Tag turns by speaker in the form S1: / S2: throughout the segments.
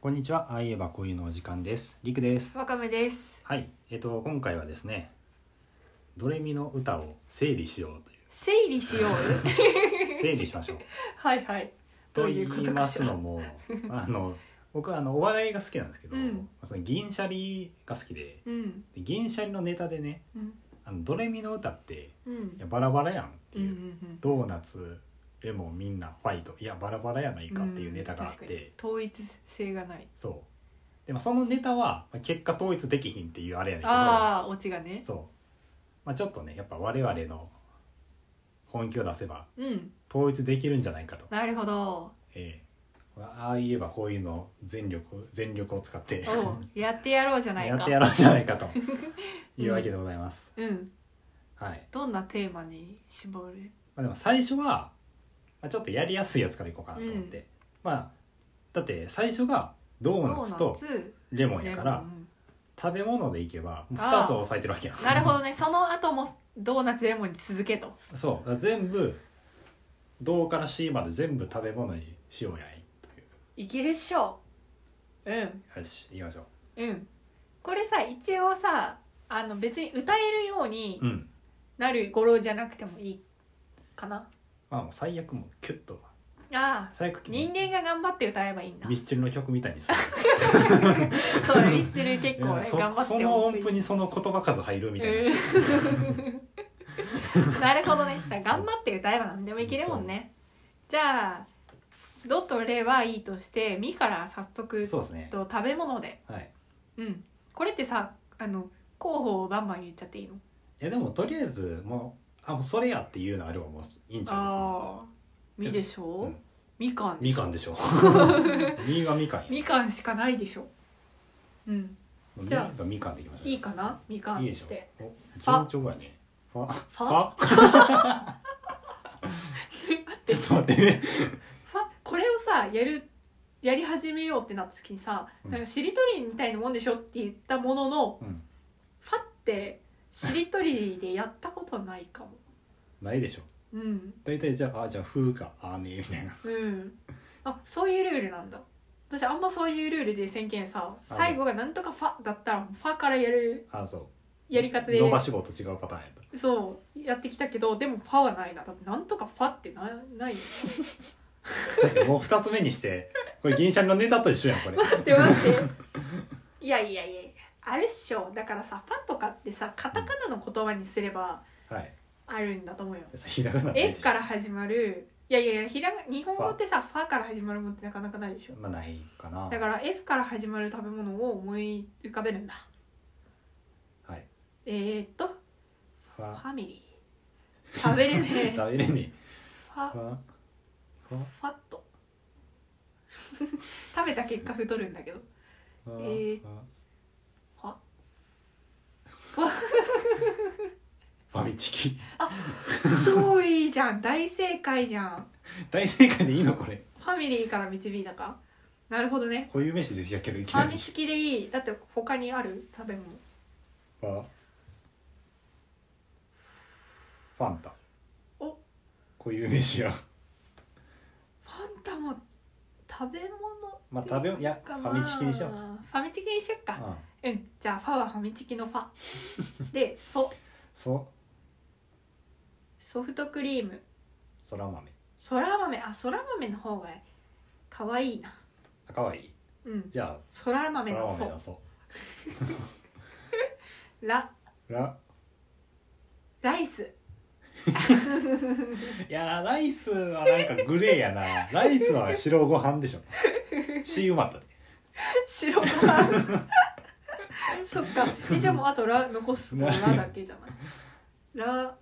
S1: こんにちは。ああ言えばこういうのお時間です。りくです。
S2: わかめです。
S1: はい。えっと今回はですね、ドレミの歌を整理しようとい
S2: 整理しよう。
S1: う整理しましょう。
S2: はいはい。
S1: と
S2: どう
S1: 言
S2: い
S1: いう
S2: ことかしら
S1: ますのも、あの僕はあのお笑いが好きなんですけど、
S2: うん
S1: その銀シャリが好きで、
S2: うん。
S1: で銀シャリのネタでね、
S2: うん。
S1: あのドレミの歌って
S2: うん。
S1: いやバラバラやんって
S2: うんう
S1: いう、
S2: ん
S1: ドーナツレモンみんなファイトいやバラバラやない
S2: うん。
S1: かっていうネタがあっ
S2: 確かに
S1: て、
S2: 統一性がない。
S1: そうでもそのネタはまあ結果統一できひんっていうあれやねんけど
S2: ああ、オチがね。
S1: そう、まあ、ちょっとねやっぱ我々の本気を出せば
S2: うん。
S1: 統一できるんじゃないかと、
S2: なるほ ど。
S1: ええああ言えばこういうの全力全力を使って
S2: おうやってやろうじゃない
S1: や
S2: か。
S1: ってやろうじゃないか というわけでございます、
S2: うん。
S1: はい、
S2: どんなテーマに絞る。
S1: まあ、でも最初は、まあ、ちょっとやりやすいやつからいこうかなと思って、
S2: うん
S1: まあだって最初がドーナツと
S2: ドーナツ
S1: レモンやから
S2: レモン
S1: 食べ物でいけば
S2: あー
S1: 2つを押さえてるわけや
S2: なるほどね。その後もドーナツレモンに続けと。
S1: そう全部「どうから「し」まで全部食べ物にしようやいという
S2: いけるっしょ。うん。
S1: よし行きましょ
S2: うん。これさ、一応さ、あの別に歌えるように。
S1: ううん
S2: なる語呂じゃなくてもいいかな
S1: まあもう最悪もうキュッと
S2: ああ
S1: 最悪
S2: 人間が頑張って歌えばいいんだ
S1: ミスチルの曲みたいにする
S2: そうミスチル 結構
S1: いや
S2: ね
S1: そ
S2: 頑張って
S1: その音符にその言葉数入るみたいな、
S2: うん なるほどねさ頑張って歌えば何でもいけるもんねじゃあ「ド」と「レ」はいいとして「ミ」から早速
S1: そうですね
S2: と食べ物で
S1: はい
S2: うんこれってさあの候補をバンバン言っちゃっていいの
S1: いやでもとりあえずもうあもうそれやっていうのあればもういいんちゃう
S2: ああミでしょ、
S1: うん
S2: みかん
S1: みかんでしょ みがみかんや
S2: みかんしかないでしょうん
S1: み
S2: じゃ
S1: がみかんでいきましょう
S2: いいかなみかん
S1: いい
S2: に
S1: でし
S2: して
S1: ょお
S2: ファ
S1: 順調やねファフ
S2: ファ
S1: ァ ちょっと待ってね
S2: ファこれをさやるやり始めようってなった時にさ、
S1: うん
S2: なんかしりとりみたいなもんでしょって言ったものの
S1: うん
S2: ファってしりとりでやったことないかも
S1: ないでしょ
S2: うん
S1: 大体じゃああじゃあ風かあーねみたいな
S2: うんあそういうルールなんだ私あんまそういうルールで宣言さ
S1: あ
S2: 最後がなんとかファだったらファからやる
S1: あそう
S2: やり方で
S1: 伸ばし棒と違うパターンやっ
S2: そうやってきたけどでもファはないな多分なんとかファってなないよ
S1: ただってもう二つ目にしてこれ銀シャリのネタと一緒やんこれ
S2: 待って待って いやいやいやいやあるっしょだからさ「ファ」とかってさカタカナの言葉にすれば
S1: はい
S2: あるんだと思うよ
S1: ひらがな
S2: 「
S1: でいい
S2: F」
S1: でしょ
S2: から始まるいやいやいやひらが日本語ってさ「ファ」から始まるもんってなかなかないでしょ
S1: まあないかな
S2: だから「F」から始まる食べ物を思い浮かべるんだ
S1: はい
S2: えー、っとフ
S1: ファ
S2: ァミリー食べる ねフ
S1: 食べれね
S2: ァ
S1: フ
S2: フ
S1: ァファ
S2: ァッと 食べた結果太るんだけど
S1: フ
S2: え
S1: ァ
S2: ー
S1: ファ
S2: ファ
S1: ファミチキ
S2: 超いいじゃん大正解じゃん
S1: 大正解でいいのこれ
S2: ファミリーから導いたかなるほどね
S1: こういう飯ですやけどいき
S2: フ
S1: な
S2: ァ
S1: り
S2: ミチキでいいだって他にある食べ物
S1: ファファンタ
S2: お
S1: こういう飯や
S2: ファンタも食べ物
S1: まあ食べいやフ
S2: か
S1: ァミチキにしよう
S2: ファミチキにしよっか
S1: うん
S2: うんじゃあファはファミチキのフ ァでソ
S1: そ
S2: ソフトクリーム
S1: そら豆
S2: そら豆あそら豆の方が可愛いな
S1: あかわいい
S2: うん
S1: じゃあ
S2: そら
S1: そ
S2: 豆
S1: ら
S2: の
S1: 豆出
S2: ソ
S1: そ
S2: ラ
S1: うラ
S2: ライス
S1: いやーライスはなんかグレーや なライスは白ご飯でしょ C 埋まったで
S2: 白 ご飯そっかえじゃあもうあとラ残すのラだけじ ゃないラ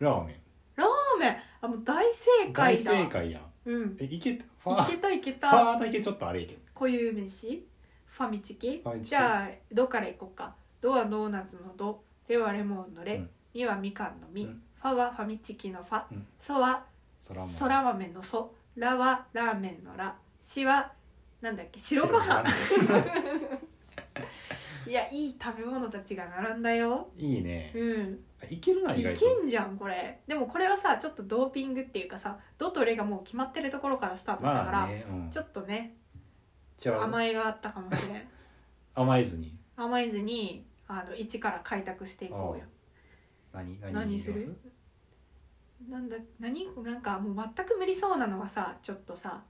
S1: ラーメン
S2: ラーメンあもう大正
S1: 大
S2: 解だ
S1: 正解やん
S2: うん
S1: えいけたファー
S2: いけたいけ
S1: フ
S2: た
S1: ァーだけちょっとあれいけど
S2: こういう飯ファミチキ
S1: ファミチキ
S2: じゃあどからいこうかドはドーナツのドレはレモンのレ、
S1: うん
S2: ミはみかんのミ、
S1: うん
S2: ファはファミチキのファ、
S1: うん
S2: ソは
S1: そら豆
S2: そら豆のソラはラーメンのラシはなんだっけ白ご飯いやいい食べ物たちが並んだよ
S1: いいね
S2: うん
S1: いけるない意
S2: け
S1: 外と
S2: んじゃんこれでもこれはさちょっとドーピングっていうかさ「ド」と「レ」がもう決まってるところからスタートしたから、
S1: まあねうん
S2: ちょっとね
S1: 違う甘
S2: 甘えがあったかもし れん
S1: えずに
S2: 甘えずにあの一から開拓していこうよ
S1: 何何
S2: 何するなんだ何なんかもう全く無理そうなのはさちょっとさ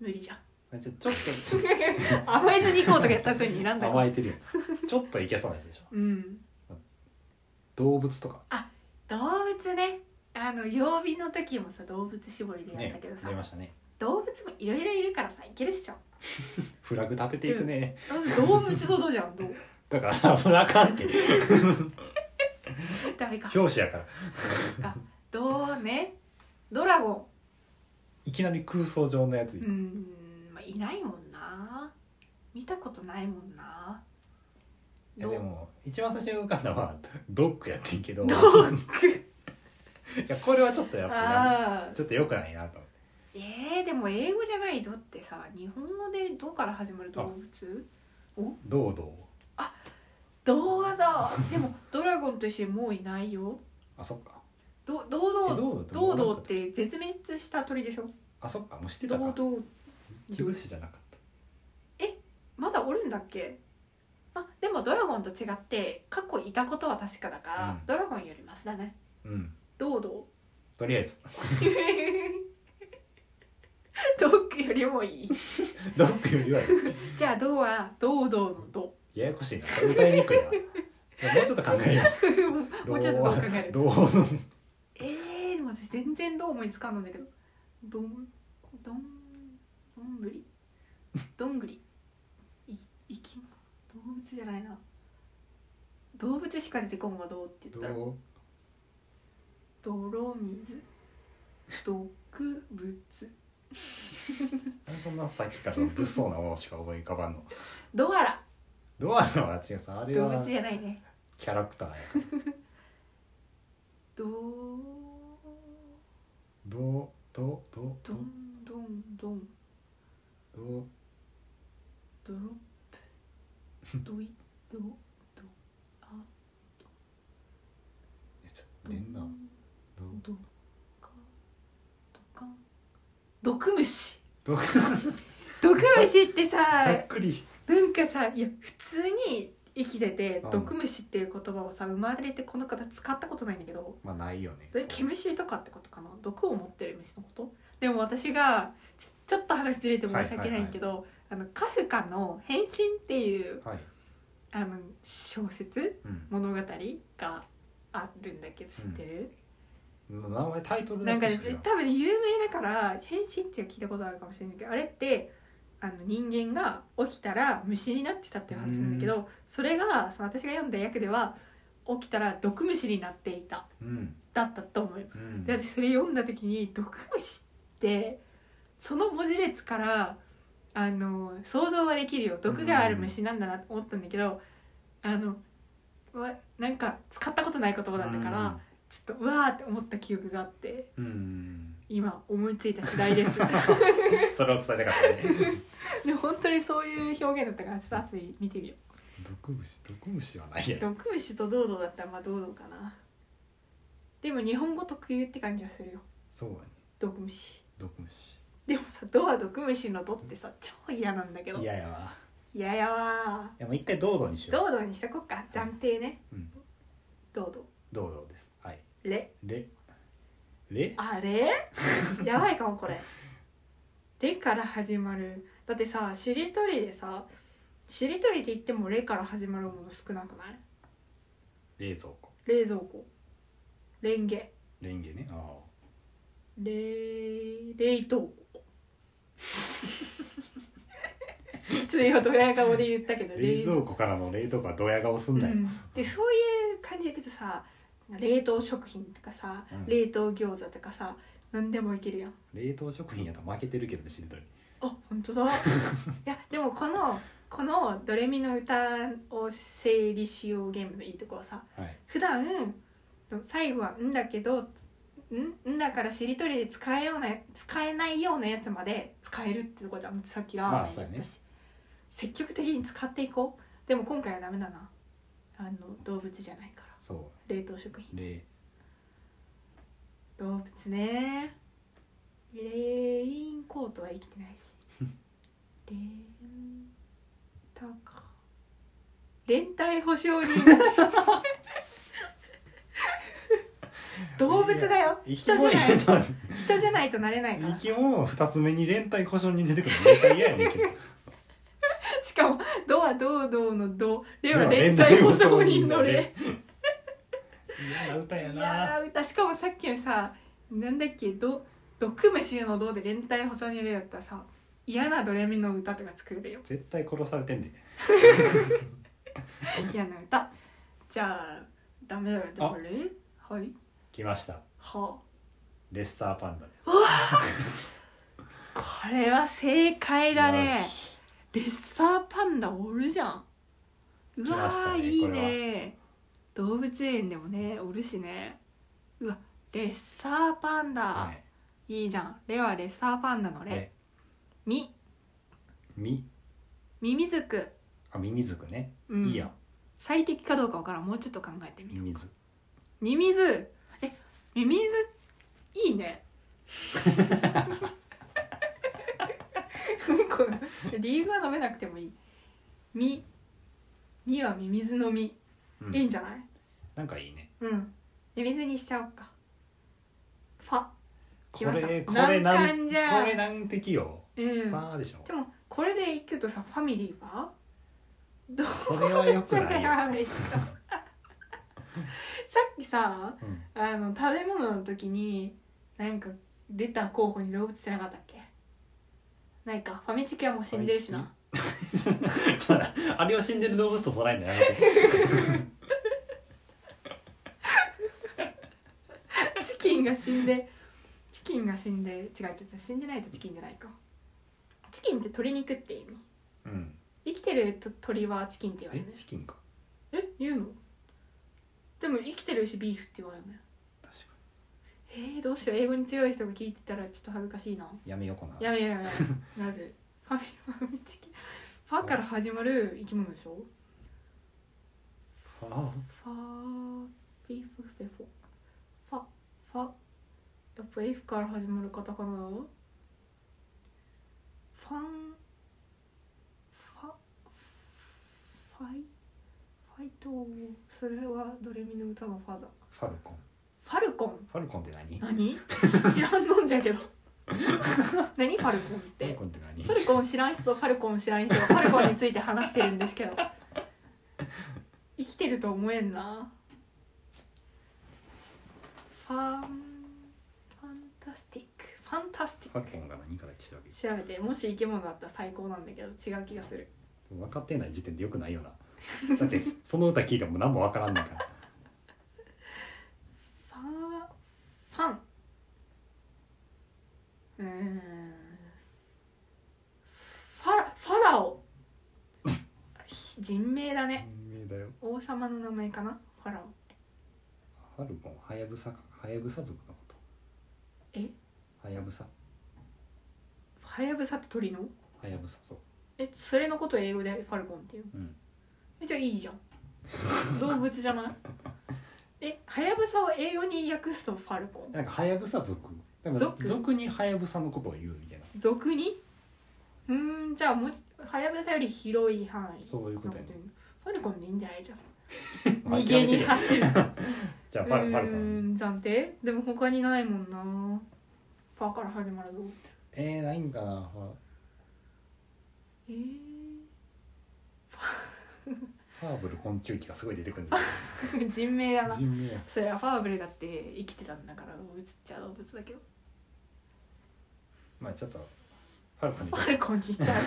S2: 無理じゃん
S1: あじゃあちょっ と
S2: 甘えずに行こうとかやった後に選んだ
S1: 甘えてるよちょっといけそうなやつでしょ
S2: うん
S1: 動物とか
S2: 動物ねあの曜日の時もさ動物絞りでやっ
S1: ね
S2: たけどさ、
S1: 出ましたね
S2: 動物もいろいろいるからさいけるっしょ
S1: フラグ立てていくね、
S2: 動物ほどじゃ んどう
S1: だからさそれあかんって
S2: ダメか
S1: 表紙やから
S2: どうねドラゴ
S1: いきなり空想上のやつ、
S2: ンうーん、まあ、いないもんな見たことないもんない
S1: やで
S2: ど
S1: も一番最初に浮かんだのはドッグやってんけど
S2: ド
S1: い
S2: ッグ
S1: やこれはちょっとやっぱや
S2: あー
S1: ちょっと良くないなと思って
S2: えー、でも英語じゃないドってさ日本語で「ド」から始まる動物
S1: どうどう
S2: どうだでもドラゴンとしてもういないよ
S1: あそっか
S2: ど堂
S1: え
S2: 々
S1: どうど
S2: 堂
S1: う
S2: 々って絶滅した鳥でしょ
S1: あそっかもうしてた
S2: 堂
S1: か
S2: 々
S1: キブシじゃなかっ
S2: まだおるんだっけあでもドラゴンと違って過去いたことは確かだから、
S1: うん
S2: ドラゴンよりマシだね
S1: たうん
S2: 堂 々
S1: とりあえず
S2: ドッグよりもいい
S1: ドッグよりは
S2: じゃあドは堂々のド
S1: ややこしいな歌いにくいなじゃあもうちょっと考えよう
S2: もうちょっとどう考える
S1: どうはどう
S2: えー、でも私全然どう思いつかんのだけどどんどんどんぐりどんぐりい生き物動物じゃないな動物しか出てこんわどうって言ったら
S1: どう
S2: 泥水毒物
S1: なんでそんなさっきから物騒なものしか思い浮かばんの
S2: ドアラ
S1: ドアのは違うさあれ
S2: 動
S1: は
S2: 物じゃないね
S1: キャラクターやから
S2: ど
S1: どうどうどう
S2: どんどんどん
S1: どう
S2: ドロ ップドイド
S1: えちょっと出んなどう
S2: ドカドカン毒虫
S1: どう
S2: 毒虫って
S1: ざ
S2: さ
S1: っくり
S2: なんかさいや普通に生きてて
S1: うん
S2: 毒虫っていう言葉をさ生まれてこの方使ったことないんだけど
S1: まあないよね
S2: それ毛虫とかってことかな毒を持ってる虫のことでも私がちちょっと話ずれて申し訳ないんけど、あのカフカの「変身」っていう
S1: はい、
S2: あの小説
S1: うん、
S2: 物語があるんだけど知ってる、
S1: 名前タイトル
S2: なんか
S1: で
S2: ね
S1: すけど
S2: 多分有名だから「変身」って聞いたことあるかもしれないけどあれってあの人間が起きたら虫になってたっていう話なんだけどそれがその私が読んだ役では起きたら毒虫になっていた
S1: うん
S2: だったと思うよ
S1: うん
S2: で私それ読んだ時に「毒虫」ってその文字列からあの想像はできるよ毒がある虫なんだなと思ったんだけど、あのわなんか使ったことない言葉だったから、ちょっとうわーって思った記憶があって
S1: うん、うん
S2: 今思いついた次第です
S1: それを伝えたかったね
S2: で本当にそういう表現だったからちょっと後で見てみよ
S1: 毒虫毒虫はないうやろ
S2: 毒虫と堂々だったらまあ堂々かなでも日本語特有って感じがするよ
S1: そうだね
S2: 毒虫
S1: 毒虫
S2: でもさ「ド」は毒虫の「ド」ってさ超嫌なんだけど
S1: いややわ
S2: 嫌やわ
S1: いやもう一回どうぞにし
S2: ー
S1: よ
S2: 堂々にしとこっか暫定ね
S1: う、うん、
S2: 堂々
S1: どうぞですはい
S2: レ
S1: レレ
S2: あれやばいかもこれレから始まるだってさしりとりでさしりとりで言ってもレから始まるもの少なくない
S1: 冷蔵庫
S2: 冷蔵庫レンゲ
S1: レンゲねああ
S2: 冷冷凍庫 ちょっと今ドヤ顔で言ったけど
S1: 冷蔵庫からの冷凍庫はドヤ顔すんなよ、
S2: うんでそういう感じでいくとさ冷凍食品とかさ、
S1: うん
S2: 冷凍餃子とかさ何でもいけるやん
S1: 冷凍食品やと負けてるけどねしりとり
S2: あ本 当だいやでもこのこの「ドレミの歌」を整理しようゲームのいいとこはさ
S1: はい
S2: 普段最後は「ん」だけど「ん」んだからしりとりで使えような使えないようなやつまで使えるってとこじゃんさっきラーメン言ったし、
S1: まあそうやね
S2: 積極的に使っていこうでも今回はダメだなあの動物じゃないから
S1: そ
S2: 冷凍食品
S1: う冷
S2: 動 物ねレインコートは生きてないしレンタカー連帯保証 人動物だよ
S1: 生
S2: 人
S1: き
S2: じゃ
S1: 物
S2: ない
S1: やな
S2: 人じゃないとなれないから
S1: 生き物の二つ目に連帯故障に出てくるのめっちゃ嫌やねんけど
S2: しかも「ド」は「堂々の「ド」「レ」は連
S1: レ
S2: 帯保証人の「レ」
S1: 嫌な歌や
S2: いや
S1: な
S2: ー歌しかもさっきのさなんだっけど毒虫の「ど」で連帯保証人の「レ」だったらさ嫌なドレミの歌とか作れるよ
S1: 絶対殺されてんで
S2: 嫌な歌じゃあダメだよだからはい
S1: 来ました
S2: は
S1: レッサーパンダです
S2: あこれは正解だね
S1: よし
S2: レッサーパンダおるじゃんう
S1: 来ま
S2: わ
S1: した
S2: ー、
S1: ね
S2: いい
S1: これは
S2: ね動物園でもねおるしねうわレッサーパンダ、
S1: はい
S2: い、いじゃんレはレッサーパンダのレ、
S1: ね
S2: み
S1: み
S2: ミミズク、
S1: あミミズクね、
S2: うん
S1: いいや
S2: 最適かどうかわからんもうちょっと考えてみ
S1: ミ
S2: よう
S1: ミズ
S2: ミミズえミミズいいねこの理由は飲めなくてもいいみみはミミズのみ、
S1: うん
S2: いいんじゃない
S1: なんかいいね
S2: うんミミズにしちゃおうかファ
S1: こ
S2: 来ま
S1: れ
S2: し
S1: こ
S2: た
S1: れな
S2: 難
S1: んこ
S2: 関じゃん
S1: れ難敵よ、
S2: うん
S1: まあでしょ
S2: でもこれでいくとさファミリーはどう
S1: それはよく
S2: だ
S1: ないよ、
S2: からめっちゃ さっきさ
S1: うん、
S2: あの食べ物の時になんか出た候補に動物ってなかったっけないかファミチキはもう死んでるしな
S1: ちょっとあれを死んでる動物と捉えんのやめて
S2: チキンが死んでチキンが死んで違う違う違う死んでないとチキンじゃないかチキンって鶏肉って意味
S1: うん
S2: 生きてると鳥はチキンって言われ
S1: え
S2: るね
S1: チキンか
S2: え言うのでも生きてるしビーフって言われるね
S1: 確か
S2: えー、どうしよう英語に強い人が聞いてたらちょっと恥ずかしいな
S1: にやめようこの話
S2: やめやめやめなぜファミファミチキファから始まる生き物でしょ
S1: ファ
S2: ファーフィフフェフォファファやっぱ F から始まる方かなファンファファイファイトそれはドレミの歌のファだ
S1: ファルコン
S2: ファルコン
S1: ファルコンって何フ
S2: 何知らんのんじゃけど 何ファルコンっ
S1: ァル
S2: て
S1: コンって何
S2: ファルコン知らん人とファルコン知らん人がファルコンについて話してるんですけど生きてると思えんなファンファンタスティックファンタスティ
S1: フ
S2: ッ
S1: ァルコンが何かだけ調べる
S2: ク調べてもし生き物だったら最高なんだけど違う気がする
S1: 分かってない時点でよくないよなだって その歌聞いても何もわからんねんから
S2: ファファンうーんファラファラオ人名だね
S1: 有名だよ
S2: 王様の名前かなファラオ
S1: ファルコンハヤブサかハヤブサ族のこと
S2: え
S1: ハヤブサ
S2: はやぶさって鳥の
S1: ハヤブサそう
S2: えそれのこと英語でファルコンっていう
S1: うん
S2: えじゃあいいじゃ ん動物じゃないえはやぶさを英語に訳すとファルコン
S1: なんかハヤブサ族でも
S2: 族
S1: 族にハヤブサのことを言うみたいな
S2: 俗にうーんじゃあもうちはやぶさより広い範囲
S1: そういうことやね
S2: の言うファルコンでいいんじゃないじゃん逃
S1: 諦
S2: げ
S1: めて
S2: に
S1: る
S2: 走る
S1: じゃあ
S2: う
S1: ファルファルコン
S2: ーん暫定でも他にないもんなファから始まる動物
S1: えー、ないんかなファ
S2: えー
S1: ファーブル昆虫記がすごい出てくるん だ
S2: 人名だな
S1: 人名や
S2: それはファーブルだって生きてたんだから動物っちゃ動物だけど
S1: まあちょっとファルコンに
S2: ファルコンにしちゃう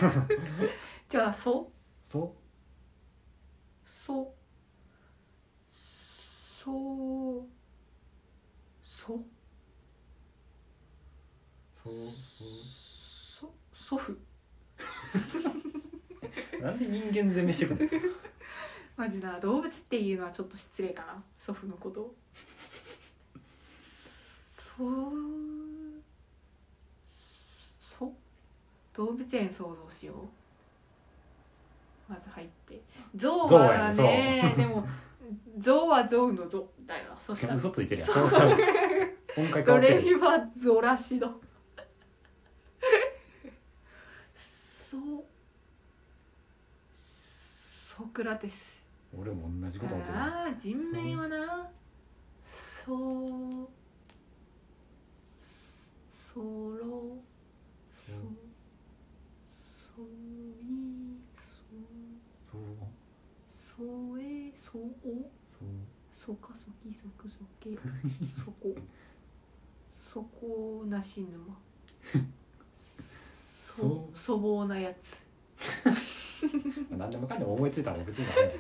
S2: じゃあそう
S1: そう
S2: そうそうそう
S1: そう
S2: そ祖父
S1: そうなんで人間攻めしてくるの
S2: マジな動物っていうのはちょっと失礼かな祖父のことをそうそ動物園想像しようまず入って象
S1: 象
S2: は
S1: やね象
S2: ねでも象は象の象だよなそしたら
S1: 嘘ついてるやん
S2: そ
S1: そう
S2: う
S1: ちゃう音階変
S2: ド
S1: わって
S2: レ
S1: る
S2: ミファゾラシド。そそうソクラテス
S1: 俺も同じこと思ってた
S2: ああー人命はなそうそろそ
S1: そう
S2: そい
S1: そう
S2: そそえ
S1: そ
S2: そお
S1: う
S2: そかそきそくそけそこ そこなし沼そ
S1: そう
S2: 粗暴なやつ
S1: まあ何でもかんでも思いついたら別にだね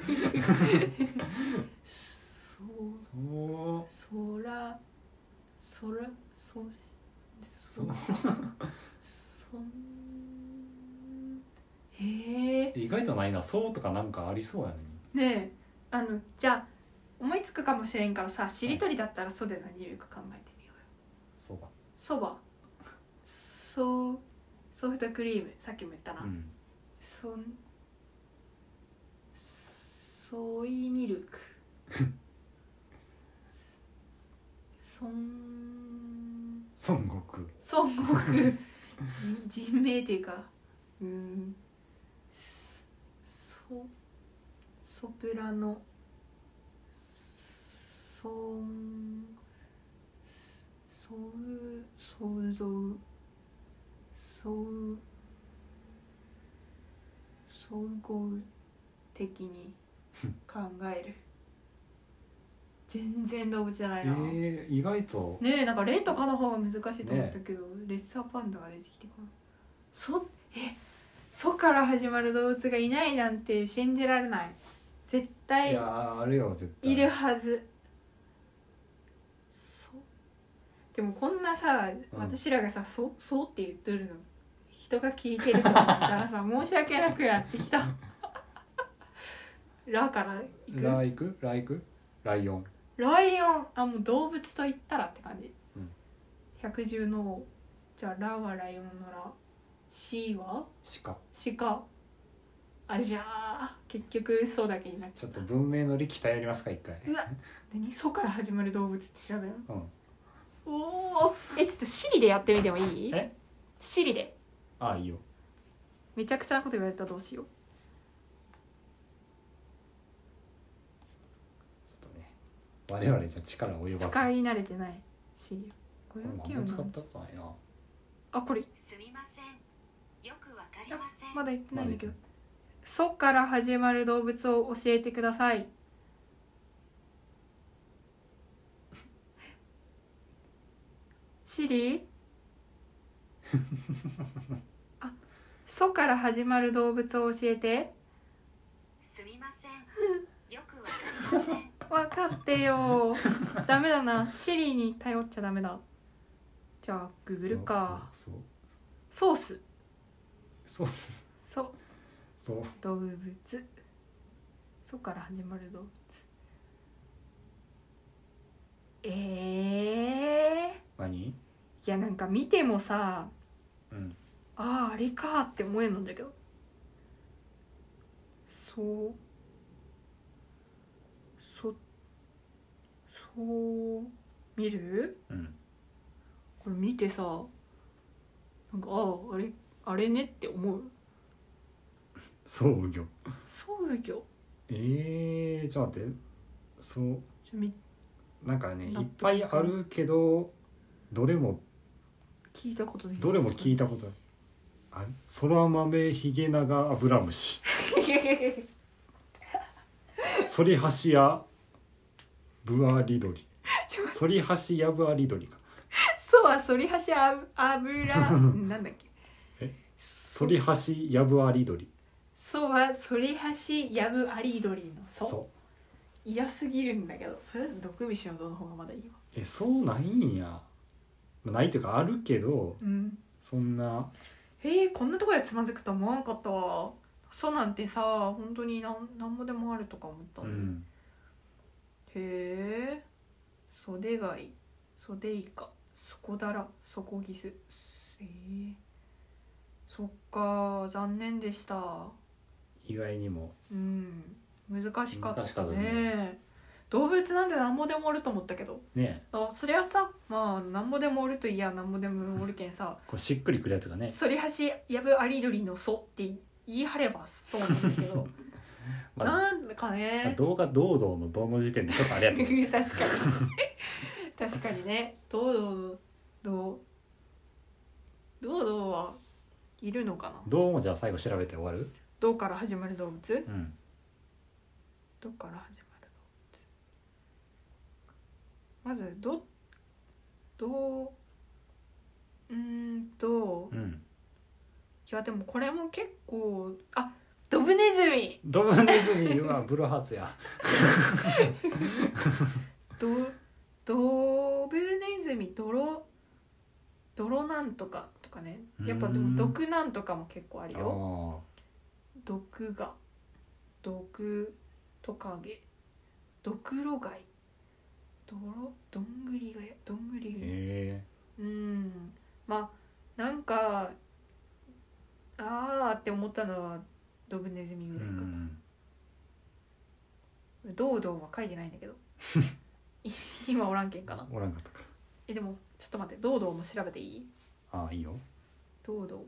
S2: そう
S1: そう
S2: そらそらそ
S1: そ
S2: そうそんへえ
S1: 意外とないなそうとかなんかありそうやのに
S2: ねえあのじゃあ思いつくかもしれんからさしりとりだったら「そ」で何言うか考えてみようよ
S1: そうか
S2: そばそうソフトクリームさっきも言ったな、
S1: うん
S2: そんソイミル クそん
S1: 孫悟空
S2: 孫悟空人人名っていうかうーんソソプラノソンソウソウゾウソウソウゴウ的に考える全然動物じゃないな、
S1: えー、意外と
S2: ねえなんかレとかの方が難しいと思ったけど、レッサーパンダが出てきてからそえそから始まる動物がいないなんて信じられない絶
S1: い
S2: 対
S1: やーあるよ絶対
S2: いるはずそでもこんなさ、
S1: うん
S2: 私らがさ「そそう」って言っとるの人が聞いてると思った らさ申し訳なくなってきた「ラ」からいく
S1: ライクライクライオン
S2: ライオンあもう動物と言ったらって感じ、
S1: うん
S2: 百獣の王じゃあラはライオンのラシは
S1: 鹿
S2: 鹿あじゃあ結局そうだけになっち
S1: ち
S2: ゃ
S1: ょ
S2: っ
S1: ったと文明の利器頼りますか一回
S2: うわ何ソから始まる動物って調べる
S1: う
S2: の
S1: ん、
S2: おおえちょっとシリでやってみてもいい
S1: え
S2: シリで
S1: ああいいよ
S2: めちゃくちゃなこと言われたらどうしよう
S1: ちょっとね我々じゃ力及ばず
S2: 使い慣れてないシリこれ
S1: 俺もあんま使ったことないな
S2: あこれ
S3: すみません。よくわかり
S2: あ
S3: ません。
S2: まだ言ってないんだけど
S1: まだ
S2: 「そ」から始まる動物を教えてください シリあ「そ」から始まる動物を教えて
S3: すみま せん。よくわかりません。
S2: 分かっ てよダメだなシリに頼っちゃダメだじゃあググるか
S1: そう
S2: ソース
S1: そう
S2: そ
S1: そうそう
S2: 動物そから始まる動物ええ
S1: 何
S2: いやなんか見てもさ
S1: うん
S2: あああれかって思えるんだけどそうそそう見る
S1: うん
S2: これ見てさなんかあああれあれねって思う
S1: そうよ
S2: そうよちょ
S1: えー、ちょっと待ってそう
S2: み
S1: なんかねい
S2: 納
S1: っ
S2: 得
S1: ぱいあるけどどれも
S2: 聞いたことない
S1: どれも聞いたことないあれそら豆ヒゲナガアブラムシ ソリハシやブアリドリ
S2: ちょ
S1: ソリハシやブアリドリか
S2: そうはそりはしあぶ 油なんだっけ
S1: ソリハシやブアリドリ
S2: そうはそりはしやぶアリドリのそう
S1: そ
S2: 嫌すぎるんだけどそれだと毒虫のどの方がまだいいわ
S1: うえそうないんやまあないというかあるけど
S2: うん
S1: そんな
S2: へえこんなとこでつまずくと思わんかったわそうなんてさ本当になんなんぼでもあるとか思った
S1: う
S2: のに、
S1: ん
S2: へえ袖貝袖イカそこだらそこギスえー、そっか残念でした
S1: 意外にも
S2: うん難しかった
S1: 難しかった
S2: ね
S1: です
S2: 動物なんてなんぼでもおると思ったけど
S1: ね
S2: あそりゃさまあなんぼでもおるといやなんぼでもおるけんさ
S1: こうしっくりくるやつが
S2: 「
S1: ね
S2: そりはしやぶありどりのそ」って言い張ればそうなんですけど
S1: まあ
S2: なんか
S1: まあ
S2: ね
S1: 動画堂々の堂の時点でちょっとあれやったけど
S2: 確かに確かにねどうどうどうどうどうはいるのかな
S1: 堂もじゃあ最後調べて終わる
S2: 「どう」から始まる動物
S1: うん
S2: 「ど」から始まる動物まず「ど」「どう」うーんと
S1: うん
S2: いやでもこれも結構あドブネズミ
S1: ドブネズミはブルーハーツや
S2: ドドブネズミ泥泥なんとかとかねやっぱで
S1: うーん
S2: も毒なんとかも結構ある
S1: あ
S2: よ
S1: ー
S2: 毒が毒トカゲ毒ロガイ泥どんぐりがやどんぐり
S1: へ
S2: うんまあなんかあーって思ったのはドブネズミ
S1: え
S2: ぐ
S1: う
S2: らいかな、
S1: ん
S2: ドードーは書いてないんだけどい今おらんけんかな
S1: おらんかったか
S2: えでもちょっと待ってドードーも調べていい
S1: ああいいよ
S2: ドードー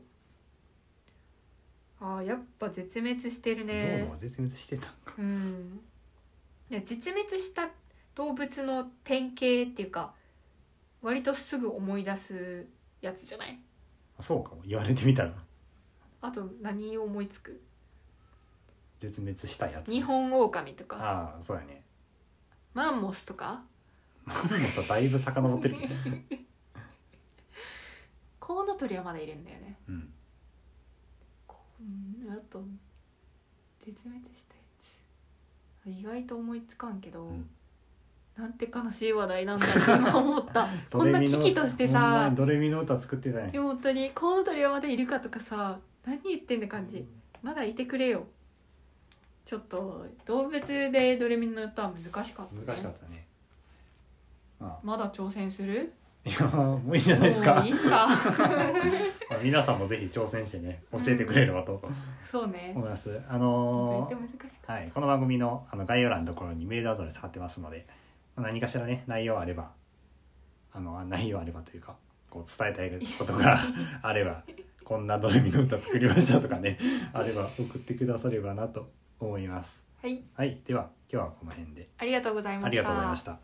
S2: あーやっぱ絶滅してる
S1: 堂々
S2: ね
S1: は絶滅してたんか
S2: うんいや絶滅した動物の典型っていうか割とすぐ思い出すやつじゃない
S1: あそうかも言われてみたら
S2: あと何を思いつく
S1: 絶滅したやつ
S2: 日本オオカミとか
S1: ああそうやね
S2: マンモスとか
S1: もうさだいぶ遡ってる けど、
S2: コウノトリはまだいるんだよね
S1: うん、
S2: こうんあと絶滅したやつ意外と思いつかんけど、
S1: ん
S2: なんて悲しい話題なんだって今思ったこんな危機として
S1: ほんま
S2: さ
S1: にドレミの歌作ってたね
S2: 本当にコウノトリはまだいるかとかさ何言ってんだ感じまだいてくれよちょっと動物でドレミの歌は難しかった、ね、
S1: 難しかったねま
S2: まだ挑戦する
S1: あいやもういいじゃないですか
S2: もういいっすか
S1: まあ皆さんもぜひ挑戦してね教えてくれればと
S2: そうね
S1: 思います、あ
S2: 本
S1: の
S2: 当
S1: ー
S2: に難しかった
S1: はい、この番組のあの概要欄のところにメールアドレス貼ってますのでまあ何かしらね内容あればあのあ内容あればというかこう伝えたいことがあればこんなドレミの歌作りましたとかねあれば送ってくださればなと思います
S2: はい
S1: はいでは今日はこの辺で
S2: ありがとうございました
S1: ありがとうございました